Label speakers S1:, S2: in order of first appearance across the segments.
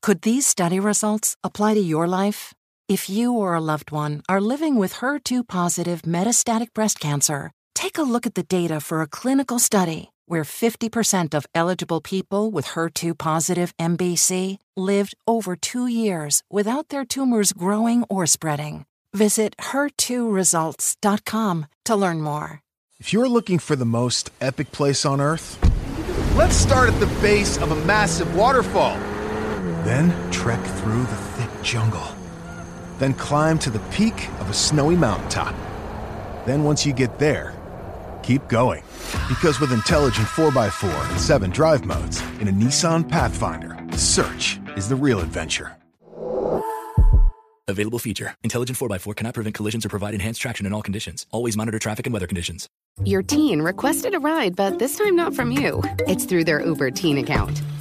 S1: Could these study results apply to your life? If you or a loved one are living with HER2 positive metastatic breast cancer, take a look at the data for a clinical study where 50% of eligible people with HER2 positive MBC lived over two years without their tumors growing or spreading. Visit E HER2results.com to learn more.
S2: If you're looking for the most epic place on Earth,
S3: let's start at the base of a massive waterfall.
S2: Then trek through the thick jungle. Then climb to the peak of a snowy mountaintop. Then, once you get there, keep going. Because with intelligent 4x4 and 7 drive modes in a Nissan Pathfinder, search is the real adventure.
S4: Available feature. Intelligent 4x4 cannot prevent collisions or provide enhanced traction in all conditions. Always monitor traffic and weather conditions.
S5: Your teen requested a ride, but this time not from you. It's through their Uber teen account.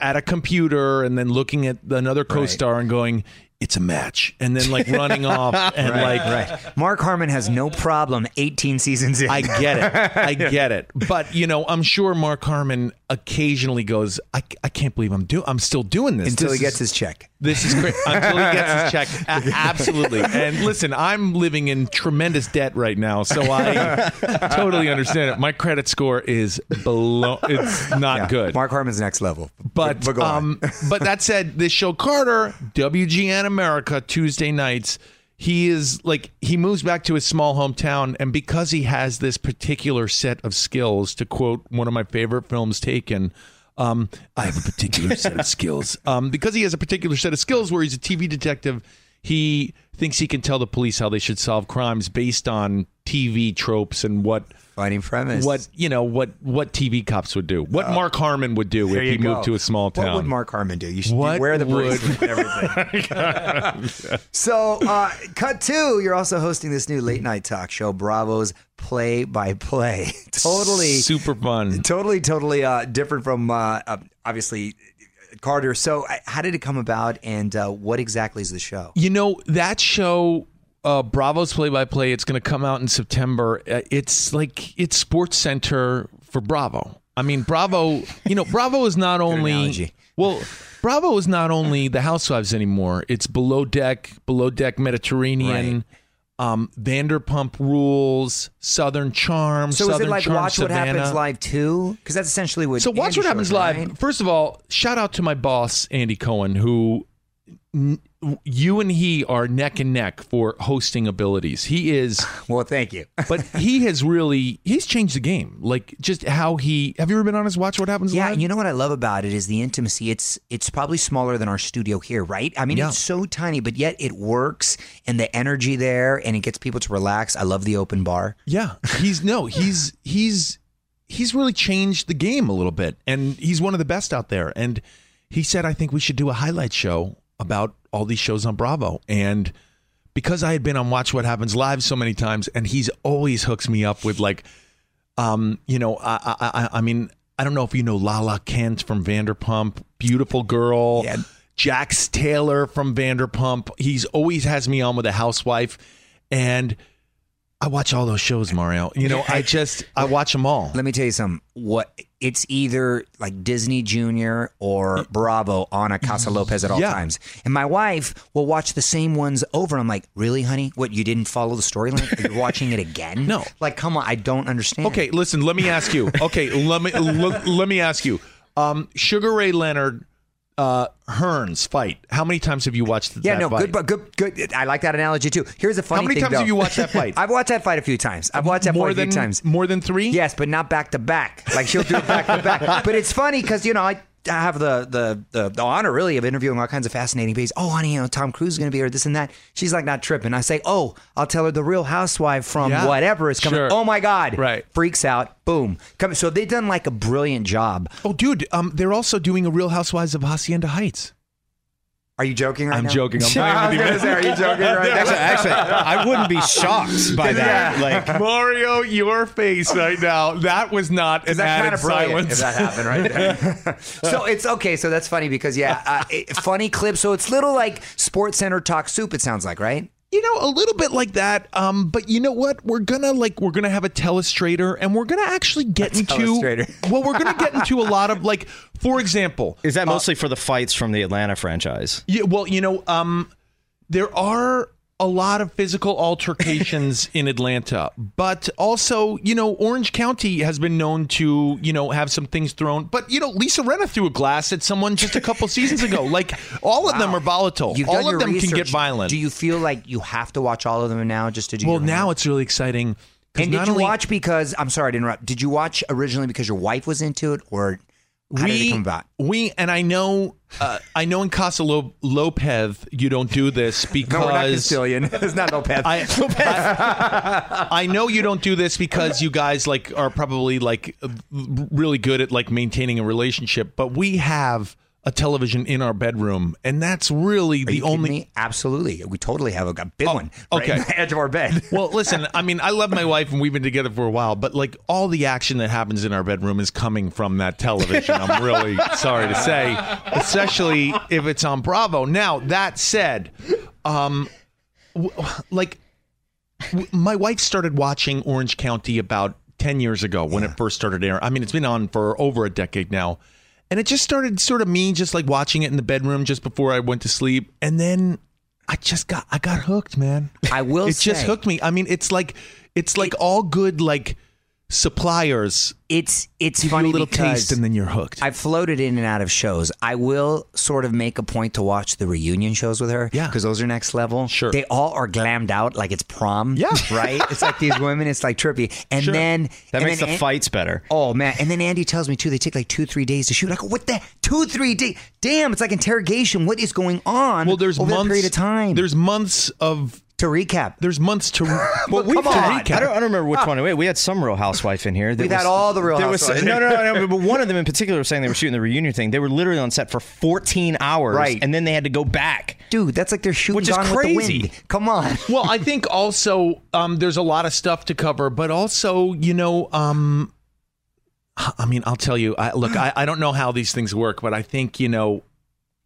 S6: at a computer and then looking at another co-star and going, "It's a match," and then like running off and like,
S7: right. Mark Harmon has no problem 18 seasons in.
S6: I get it, I get it. But you know, I'm sure Mark Harmon occasionally goes, "I, I can't believe I'm do I'm still doing this
S7: until
S6: This
S7: he gets
S6: is-
S7: his check.
S6: This is great. Until he gets his check. A- absolutely. And listen, I'm living in tremendous debt right now, so I totally understand it. My credit score is below, it's not
S7: Yeah.
S6: good.
S7: Mark Harmon's next level.
S6: but
S7: go on.
S6: um, but that said, this show Carter, WGN America, Tuesday nights, he is like he moves back to his small hometown, and because he has this particular set of skills, to quote one of my favorite films, Taken. Um, I have a particular set of skills. Um, because he has a particular set of skills where he's a TV detective, he thinks he can tell the police how they should solve crimes based on TV tropes and what
S7: Fighting premise.
S6: what you know what what TV cops would do, what Mark Harmon would do
S7: Oh. There
S6: if he
S7: you go.
S6: moved to a small town.
S7: What would Mark Harmon do? You should
S6: What
S7: wear the
S6: would- Oh
S7: bracelet and everything. so, uh, cut two. You're also hosting this new late night talk show, Bravo's Play by Play. totally,
S6: super fun.
S7: totally, totally uh, different from uh, uh, obviously Carter. So, uh, how did it come about, and uh, what exactly is the show?
S6: You know that show, uh, Bravo's Play by Play. It's going to come out in September. Uh, It's like it's Sports Center for Bravo. I mean, Bravo. You know, Bravo is not only
S7: analogy.
S6: well, Bravo is not only the Housewives anymore. It's Below Deck, Below Deck Mediterranean. Um, Vanderpump Rules, Southern Charm,
S7: So,
S6: Southern
S7: is it like
S6: Charm,
S7: Watch What Happens
S6: Savannah.
S7: Live too? Because that's essentially what.
S6: So watch
S7: Andy
S6: what happens
S7: showed,
S6: live.
S7: right?
S6: First of all, shout out to my boss Andy Cohen, who n- you and he are neck and neck for hosting abilities. He is,
S7: Well, thank you.
S6: but he has really he's changed the game. Like just how he. Have you ever been on his Watch What Happens
S7: Yeah,
S6: Live?
S7: and you know what I love about it is the intimacy. It's it's probably smaller than our studio here, right? I mean,
S6: Yeah.
S7: it's so tiny, but yet it works, and the energy there, and it gets people to relax. I love the open bar.
S6: Yeah, he's no, he's he's he's really changed the game a little bit, and he's one of the best out there. And he said, I think we should do a highlight show about all these shows on Bravo. And because I had been on Watch What Happens Live so many times, and he's always hooks me up with like, um, you know, I I I, I mean, I don't know if you know Lala Kent from Vanderpump, beautiful girl.
S7: Yeah.
S6: Jax Taylor from Vanderpump. He's always has me on with a housewife, and I watch all those shows, Mario. You know, I just I watch them all.
S7: Let me tell you something. What it's either like Disney Junior or Bravo on a Casa Lopez at all
S6: Yeah.
S7: times. And my wife will watch the same ones over. I'm like, really, honey? What you didn't follow the storyline? You're watching it again?
S6: No.
S7: Like, come on, I don't understand.
S6: Okay, listen. Let me ask you. Okay, let me let, let me ask you. Um, Sugar Ray Leonard, uh, Hearns fight. How many times have you watched that?
S7: Yeah, no,
S6: fight?
S7: good, but good, good. I like that analogy too. Here's a funny
S6: many
S7: thing.
S6: times have
S7: though.
S6: you watched that fight?
S7: I've watched that fight a few times. I've watched that
S6: more
S7: fight
S6: than
S7: a few times.
S6: more than three.
S7: Yes, but not back to back. Like she'll do it back to back. But it's funny because you know I. I have the, the the the honor really of interviewing all kinds of fascinating people. Oh, honey, you know Tom Cruise is going to be here, this and that. She's like not tripping. I say, oh, I'll tell her the Real Housewife from
S6: Yeah.
S7: whatever is coming.
S6: Sure.
S7: Oh my God,
S6: Right.
S7: Freaks out. Boom. Come. So they've done like a brilliant job.
S6: Oh, dude. Um, they're also doing a Real Housewives of Hacienda Heights.
S7: Are you joking? Right
S6: I'm
S7: now?
S6: joking. I'm playing
S7: I was
S6: with you,
S7: gonna
S6: man.
S7: say, are you joking? Right now?
S8: Actually, actually, I wouldn't be shocked by that. Like,
S6: Mario, your face right now. That was not an
S7: Is that kind
S6: added
S7: of brilliant if
S6: silence.
S7: that happened right there? so it's okay. So that's funny because yeah, uh, it, funny clip. So it's little like Sports Center talk soup. It sounds like right.
S6: You know, a little bit like that. Um, but you know what? We're gonna like we're gonna have a telestrator, and we're gonna actually get into
S7: telestrator.
S6: well, we're gonna get into a lot of like, for example,
S8: is
S7: Uh,
S8: that mostly for the fights from the Atlanta franchise?
S6: yeah, well, you know, um, there are a lot of physical altercations in Atlanta, but also, you know, Orange County has been known to, you know, have some things thrown. But you know, Lisa Renna threw a glass at someone just a couple seasons ago. Like all of them are volatile.
S7: You've done
S6: all
S7: your
S6: of them can get
S7: research.
S6: violent.
S7: Do you feel like you have to watch all of them now just to do?
S6: well,
S7: your
S6: now
S7: homework?
S6: it's really exciting. 'cause
S7: and did
S6: not
S7: you
S6: only-
S7: watch because I'm sorry to interrupt. Did you watch originally because your wife was into it, or how
S6: we,
S7: did it come about?
S6: We and I know, uh, I know in Casa Lo- Lopez you don't do this because
S7: No, we're not Castilian. it's not no path.
S6: I, I- I know you don't do this because you guys like are probably like really good at like maintaining a relationship, but we have a television in our bedroom, and that's really
S7: Are
S6: the
S7: you kidding
S6: only. Oh,
S7: me? absolutely. We totally have a, a big one.
S6: okay.
S7: right on the edge of our bed.
S6: Well, listen, I mean, I love my wife and we've been together for a while, but like all the action that happens in our bedroom is coming from that television. I'm really sorry to say, especially if it's on Bravo. Now, that said, um w- like w- my wife started watching Orange County about 10 years ago when it first started airing. I mean, it's been on for over a decade now. And it just started sort of me just like watching it in the bedroom just before I went to sleep. And then I just got I got hooked, man
S7: I will.
S6: it just
S7: say-
S6: hooked me. I mean, it's like it's like all good like suppliers
S7: It's it's
S6: give you a
S7: funny
S6: little
S7: because
S6: taste and then you're hooked.
S7: I've floated in and out of shows. I will sort of make a point to watch the reunion shows with her.
S6: Yeah.
S7: Because those are next level.
S6: Sure.
S7: They all are glammed out like it's prom.
S6: Yeah.
S7: Right? it's like these women, it's like trippy. And
S6: Sure.
S7: then
S8: That
S7: and
S8: makes
S7: then
S8: the
S7: An-
S8: fights better.
S7: Oh man! And then Andy tells me too. They take like two, three days to shoot. I go, "What the two, three days? Damn! It's like interrogation. What is going on?"
S6: well, there's
S7: over that
S6: months
S7: period of time.
S6: There's months of
S7: to recap.
S6: There's months to.
S8: Well,
S7: come
S8: we've
S7: on.
S8: I don't, I don't remember which one. Wait, we had some Real Housewife in here. that
S7: We've Ah. had all the Real
S8: there was-
S7: Housewives.
S8: no, no, no, no. But one of them in particular was saying they were shooting the reunion thing. They were literally on set for 14 hours,
S7: Right.
S8: And then they had to go back.
S7: Dude, that's like they're shooting
S8: Which is
S7: Gone with the
S8: crazy.
S7: wind. Come on.
S6: well, I think also um, there's a lot of stuff to cover, but also, you know, um, I mean, I'll tell you. I, look, I, I don't know how these things work, but I think you know,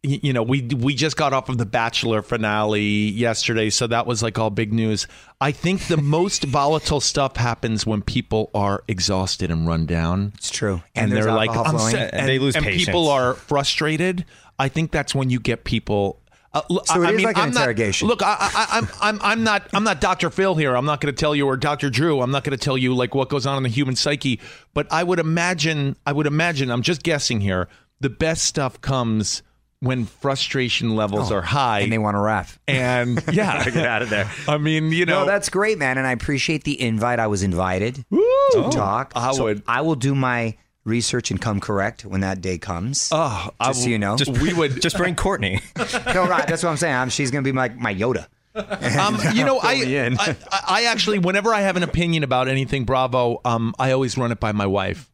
S6: y- you know, we we just got off of the Bachelor finale yesterday, so that was like all big news. I think the most volatile stuff happens when people are exhausted and run down.
S7: It's true.
S6: and,
S7: there's
S6: they're like,
S7: alcohol
S6: I'm
S7: flowing.
S6: sick,"
S8: And they lose
S6: and
S8: patience.
S6: people are frustrated. I think that's when you get people. Uh, l-
S7: So it
S6: I
S7: is
S6: mean,
S7: like an
S6: I'm not-
S7: interrogation.
S6: look, I, I, I'm I'm I'm not I'm not Dr. Phil here. I'm not going to tell you or Dr. Drew. I'm not going to tell you like what goes on in the human psyche. But I would imagine I would imagine I'm just guessing here. The best stuff comes when frustration levels are high,
S7: Oh, and they want to rap.
S6: and yeah,
S8: Get out of there.
S6: I mean, you know,
S7: No, that's great, man, and I appreciate the invite. I was invited to talk.
S6: Oh. I
S7: So
S6: would-
S7: I will do my research and come correct when that day comes.
S6: Oh, I
S7: just so
S6: will-
S7: you know.
S8: Just
S6: We would-
S8: just bring Courtney.
S7: no, right. That's what I'm saying. I'm, she's gonna be my my Yoda.
S6: Um, you know, I,
S8: me in.
S6: I I- I actually, whenever I have an opinion about anything Bravo, um, I always run it by my wife.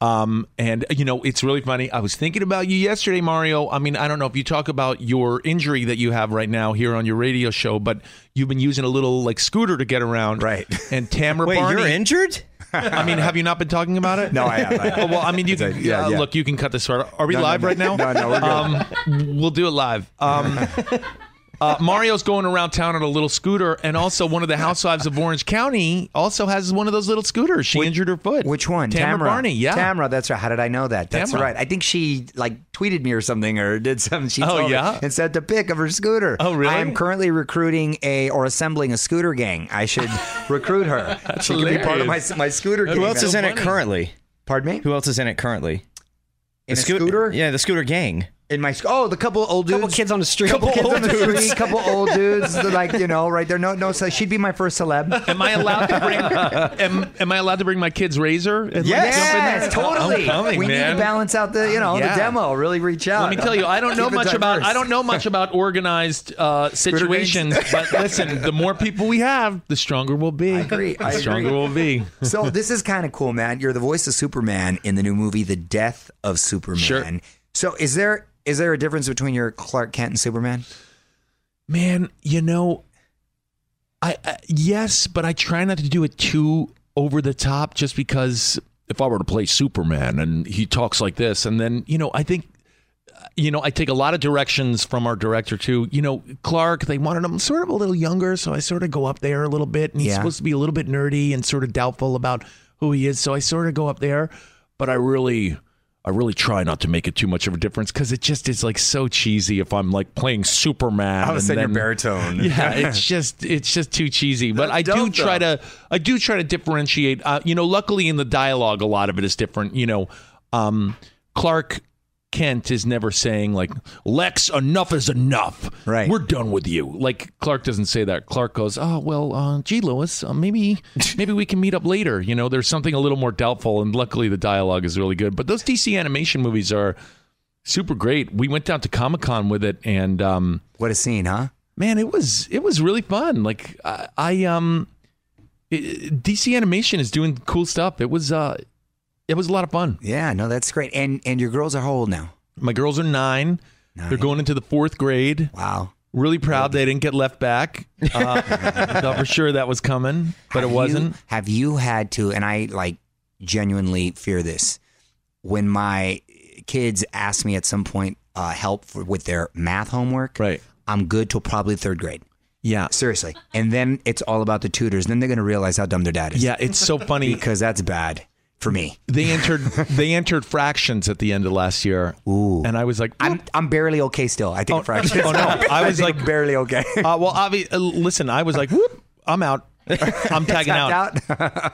S6: Um, and you know, it's really funny. I was thinking about you yesterday, Mario. I mean, I don't know if you talk about your injury that you have right now here on your radio show, but you've been using a little like scooter to get around,
S7: Right.
S6: And Tamara
S8: Wait,
S6: Barney,
S8: you're injured?
S6: I mean, have you not been talking about it?
S7: No, I have, I have.
S6: Oh, well, I mean, you can,
S7: yeah,
S6: uh,
S7: yeah.
S6: look, you can cut this short. Are we
S7: No, no,
S6: live
S7: no.
S6: right now?
S7: No, no, we're good.
S6: Um, we'll do it live. Um, uh, Mario's going around town on a little scooter, and also one of the housewives of Orange County also has one of those little scooters. She injured her foot.
S7: Which one?
S6: Tamara, Barney. Yeah.
S7: Tamara. That's right. How did I know that? That's
S6: Tamara.
S7: right. I think she like tweeted me or something or did something. She
S6: Oh,
S7: told me
S6: yeah?
S7: and sent a pic of her scooter.
S6: Oh, really?
S7: I am currently recruiting a or assembling a scooter gang. I should recruit her. she can be part of my
S6: hilarious.
S7: my scooter gang.
S8: Who else
S6: so
S8: is in it
S6: funny.
S8: currently?
S7: Pardon me?
S8: Who else is in it currently?
S7: In
S8: The
S7: a
S8: scoot-
S7: scooter?
S8: Yeah, the scooter gang.
S7: in my sc- oh the couple old dudes
S9: Couple kids on the street.
S7: couple,
S9: Couple
S7: kids on
S9: old
S7: the
S9: dudes.
S7: street couple old dudes that, like you know right there no no so she'd be my first celeb
S6: Am I allowed to bring? am, am I allowed to bring my kid's razor? And, like, jump in there?
S7: yes totally
S6: I'm coming,
S7: we need
S6: man.
S7: to balance out the you know
S6: Yeah.
S7: the demo really reach out
S6: Let me tell you, I don't know
S7: Keep it
S6: much about
S7: diverse.
S6: I don't know much about organized uh, situations. But listen, the more people we have, the stronger we'll be. I
S7: agree,
S6: The
S7: I
S6: stronger
S7: agree.
S6: we'll be.
S7: so this is kind of cool man you're the voice of Superman in the new movie The Death of Superman
S6: Sure.
S7: so is there is there a difference between your Clark Kent and Superman
S6: Man, you know, I, I yes, but I try not to do it too over the top, just because if I were to play Superman and he talks like this, and then you know, I think. You know, I take a lot of directions from our director too. You know, Clark, they wanted him sort of a little younger, so I sort of go up there a little bit, and he's
S7: Yeah.
S6: supposed to be a little bit nerdy and sort of doubtful about who he is. So I sort of go up there, but I really, I really try not to make it too much of a difference because it just is like so cheesy if I'm like playing Superman. and then-
S7: baritone
S6: yeah, it's just it's just too cheesy. But I do
S7: dope,
S6: try to I do try to differentiate. Uh, you know, luckily in the dialogue, a lot of it is different. You know, um, Clark Kent is never saying like Lex, enough is enough.
S7: Right.
S6: we're done with you. Like Clark doesn't say that. Clark goes, oh well, uh, gee, Lewis, uh, maybe maybe we can meet up later. You know, there's something a little more doubtful, and luckily the dialogue is really good. But those DC animation movies are. Super great. We went down to Comic Con with it, and um,
S7: what a scene huh
S6: man it was it was really fun like i, I um it, dc animation is doing cool stuff it was uh it was a lot of fun
S7: yeah no that's great and and your girls are how old now
S6: my girls are 9 they're
S7: Nine.
S6: going into the fourth grade
S7: wow
S6: really proud they didn't get left back uh, thought for sure that was coming but it
S7: Have you-
S6: wasn't
S7: have you had to? And I like genuinely fear this. When my kids ask me at some point uh, help for, with their math homework,
S6: Right.
S7: I'm good till probably third grade.
S6: yeah
S7: Seriously, and then it's all about the tutors. Then they're gonna realize how dumb their dad is.
S6: yeah it's so funny
S7: because that's bad for me.
S6: they entered they entered fractions at the end of last year
S7: Ooh.
S6: and i was like
S7: I'm I'm barely okay still. I take
S6: Oh,
S7: a fraction.
S6: oh, no. I was
S7: think
S6: like-
S7: barely okay.
S6: uh, well obvi- uh, listen i was like whoop i'm out i'm tagging out.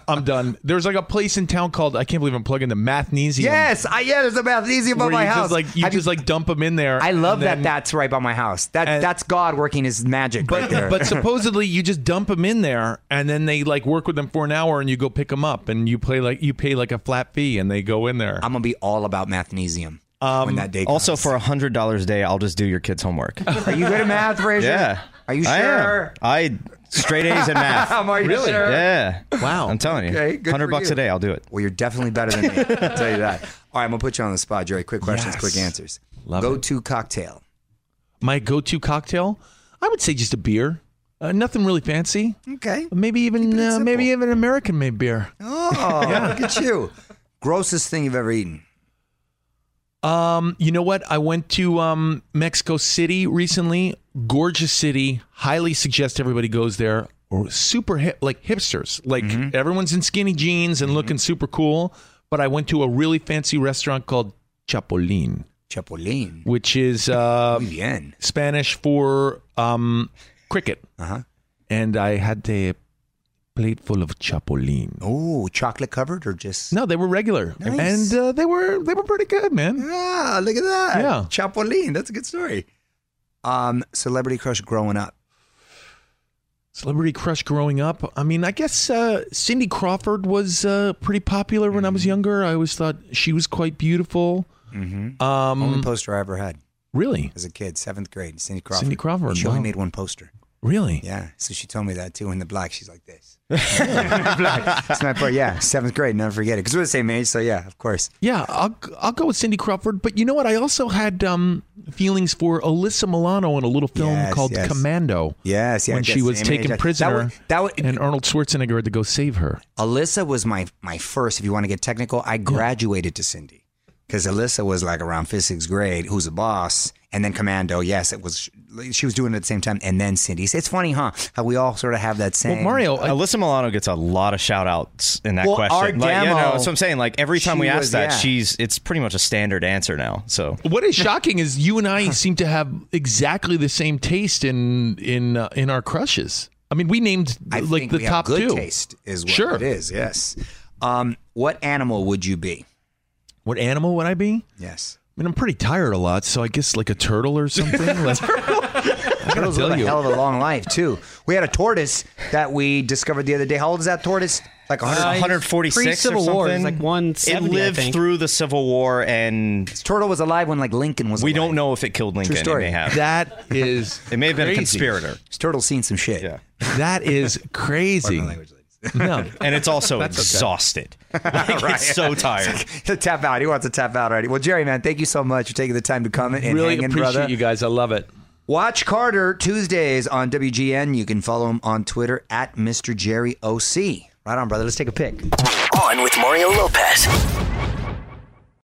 S6: I'm done. There's like a place in town called I can't believe I'm plugging the Mathnesium.
S7: yes, I, yeah. There's a math easy
S6: where
S7: above
S6: you
S7: my house.
S6: just like you
S7: Have
S6: just like dump them in there.
S7: I love
S6: and
S7: that
S6: then-
S7: that's right by my house. That
S6: and-
S7: that's God working his magic right
S6: But,
S7: there.
S6: but supposedly you just dump them in there, and then they like work with them for an hour, and you go pick them up, and you play like you pay like a flat fee, and they go in there.
S7: I'm gonna be all about mathnesium.
S8: Um, that day also, for a hundred dollars a day, I'll just do your kids' homework.
S7: Are you good at math, Fraser?
S8: yeah.
S7: Are you
S8: I am.
S7: sure? Um,
S8: I straight A's in math.
S7: Are you Really? sure?
S8: Yeah.
S7: Wow.
S8: I'm telling you.
S7: Okay, good
S8: hundred
S7: for
S8: bucks
S7: you.
S8: a day, I'll do it.
S7: Well, you're definitely better than me. I'll tell you that. All right, I'm gonna put you on the spot, Jerry. Quick questions,
S6: Yes.
S7: quick answers.
S6: Love it.
S7: Go-to cocktail.
S6: My go-to cocktail, I would say just a beer. Uh, nothing really fancy.
S7: Okay.
S6: Maybe even uh, maybe even an American made beer.
S7: Oh, look at you. Grossest thing you've ever eaten.
S6: Um, you know what? I went to um, Mexico City recently. Gorgeous city. Highly suggest everybody goes there. Or super hip, like hipsters. Like
S7: Mm-hmm.
S6: everyone's in skinny jeans and looking super cool. But I went to a really fancy restaurant called Chapolin,
S7: Chapolin.
S6: which is uh,
S7: Muy bien.
S6: Spanish for um, cricket.
S7: Uh-huh.
S6: And I had a plateful of Chapolin.
S7: Oh, chocolate covered or just?
S6: No, they were regular,
S7: Nice.
S6: and uh, they were they were pretty good, man.
S7: Ah, look at that.
S6: Yeah.
S7: Chapolin. That's a good story. Um, celebrity crush growing up.
S6: Celebrity crush growing up. I mean, I guess uh, Cindy Crawford was uh, pretty popular when I
S7: Mm-hmm.
S6: was younger. I always thought she was quite beautiful. Um,
S7: Mm-hmm. Only poster I ever had
S6: really,
S7: as a kid, seventh grade, Cindy Crawford.
S6: Cindy Crawford,
S7: She only
S6: wow.
S7: made one poster.
S6: really.
S7: Yeah. So she told me that too. In the black, she's like this. black. It's my part. Yeah. Seventh grade. Never forget it. Because we're the same age. So yeah, of course.
S6: Yeah, I'll I'll go with Cindy Crawford, but you know what? I also had um, feelings for Alyssa Milano in a little film
S7: Yes,
S6: called
S7: yes.
S6: Commando.
S7: Yes, yeah,
S6: when
S7: yes,
S6: she was
S7: same age.
S6: taken
S7: That
S6: prisoner,
S7: would- that would-
S6: and Arnold Schwarzenegger had to go save her.
S7: Alyssa was my my first. If you want to get technical, I graduated to Cindy because Alyssa was like around fifth, sixth grade. Who's a boss? And then Commando. Yes, it was. She was doing it at the same time. And then Cindy. It's funny, huh? How we all sort of have that same.
S6: Well, Mario, I-
S8: Alyssa Milano gets a lot of shout outs in that
S7: Well,
S8: question.
S7: our
S8: like, yeah,
S7: demo,
S8: no, that's what I'm saying. Like every time
S7: she
S8: we ask
S7: was-
S8: that,
S7: yeah.
S8: she's it's pretty much a standard answer now. So
S6: What is shocking is you and I seem to have exactly the same taste in in uh, in our crushes. I mean, we named
S7: I
S6: like
S7: think
S6: the
S7: we
S6: top
S7: have good
S6: two.
S7: taste is what
S6: Sure.
S7: it is. Yes. Um, what animal would you be?
S6: What animal would I be?
S7: Yes.
S6: I mean, I'm pretty tired a lot, so I guess like a turtle or something. Like, I gotta
S7: Turtles live
S6: tell
S7: a hell
S6: you,
S7: of a long life too. We had a tortoise that we discovered the other day. How old is that tortoise? Like 100,
S6: Uh,
S8: 146 or
S9: Uh, Pre-Civil
S8: something.
S9: War, it was like 170,
S8: It
S9: I
S8: lived
S9: think.
S8: through the Civil War, and
S7: Turtle was alive when like Lincoln was.
S8: we
S7: alive.
S8: don't know if it killed Lincoln. It
S7: story.
S8: may have.
S6: that is
S8: it may have been a
S6: crazy.
S8: conspirator,
S7: This turtle's seen some shit.
S8: Yeah.
S6: That is crazy. No,
S8: and it's also exhausted. Like, It's so tired.
S7: to tap out. He wants to tap out already. Well, Jerry, man, thank you so much for taking the time to come and
S6: really
S7: hang in,
S6: appreciate
S7: brother.
S6: you guys. I love it.
S7: Watch Carter Tuesdays on WGN. You can follow him on Twitter at Mr. Jerry OC. Right on, brother. Let's take a pic.
S10: On with Mario Lopez.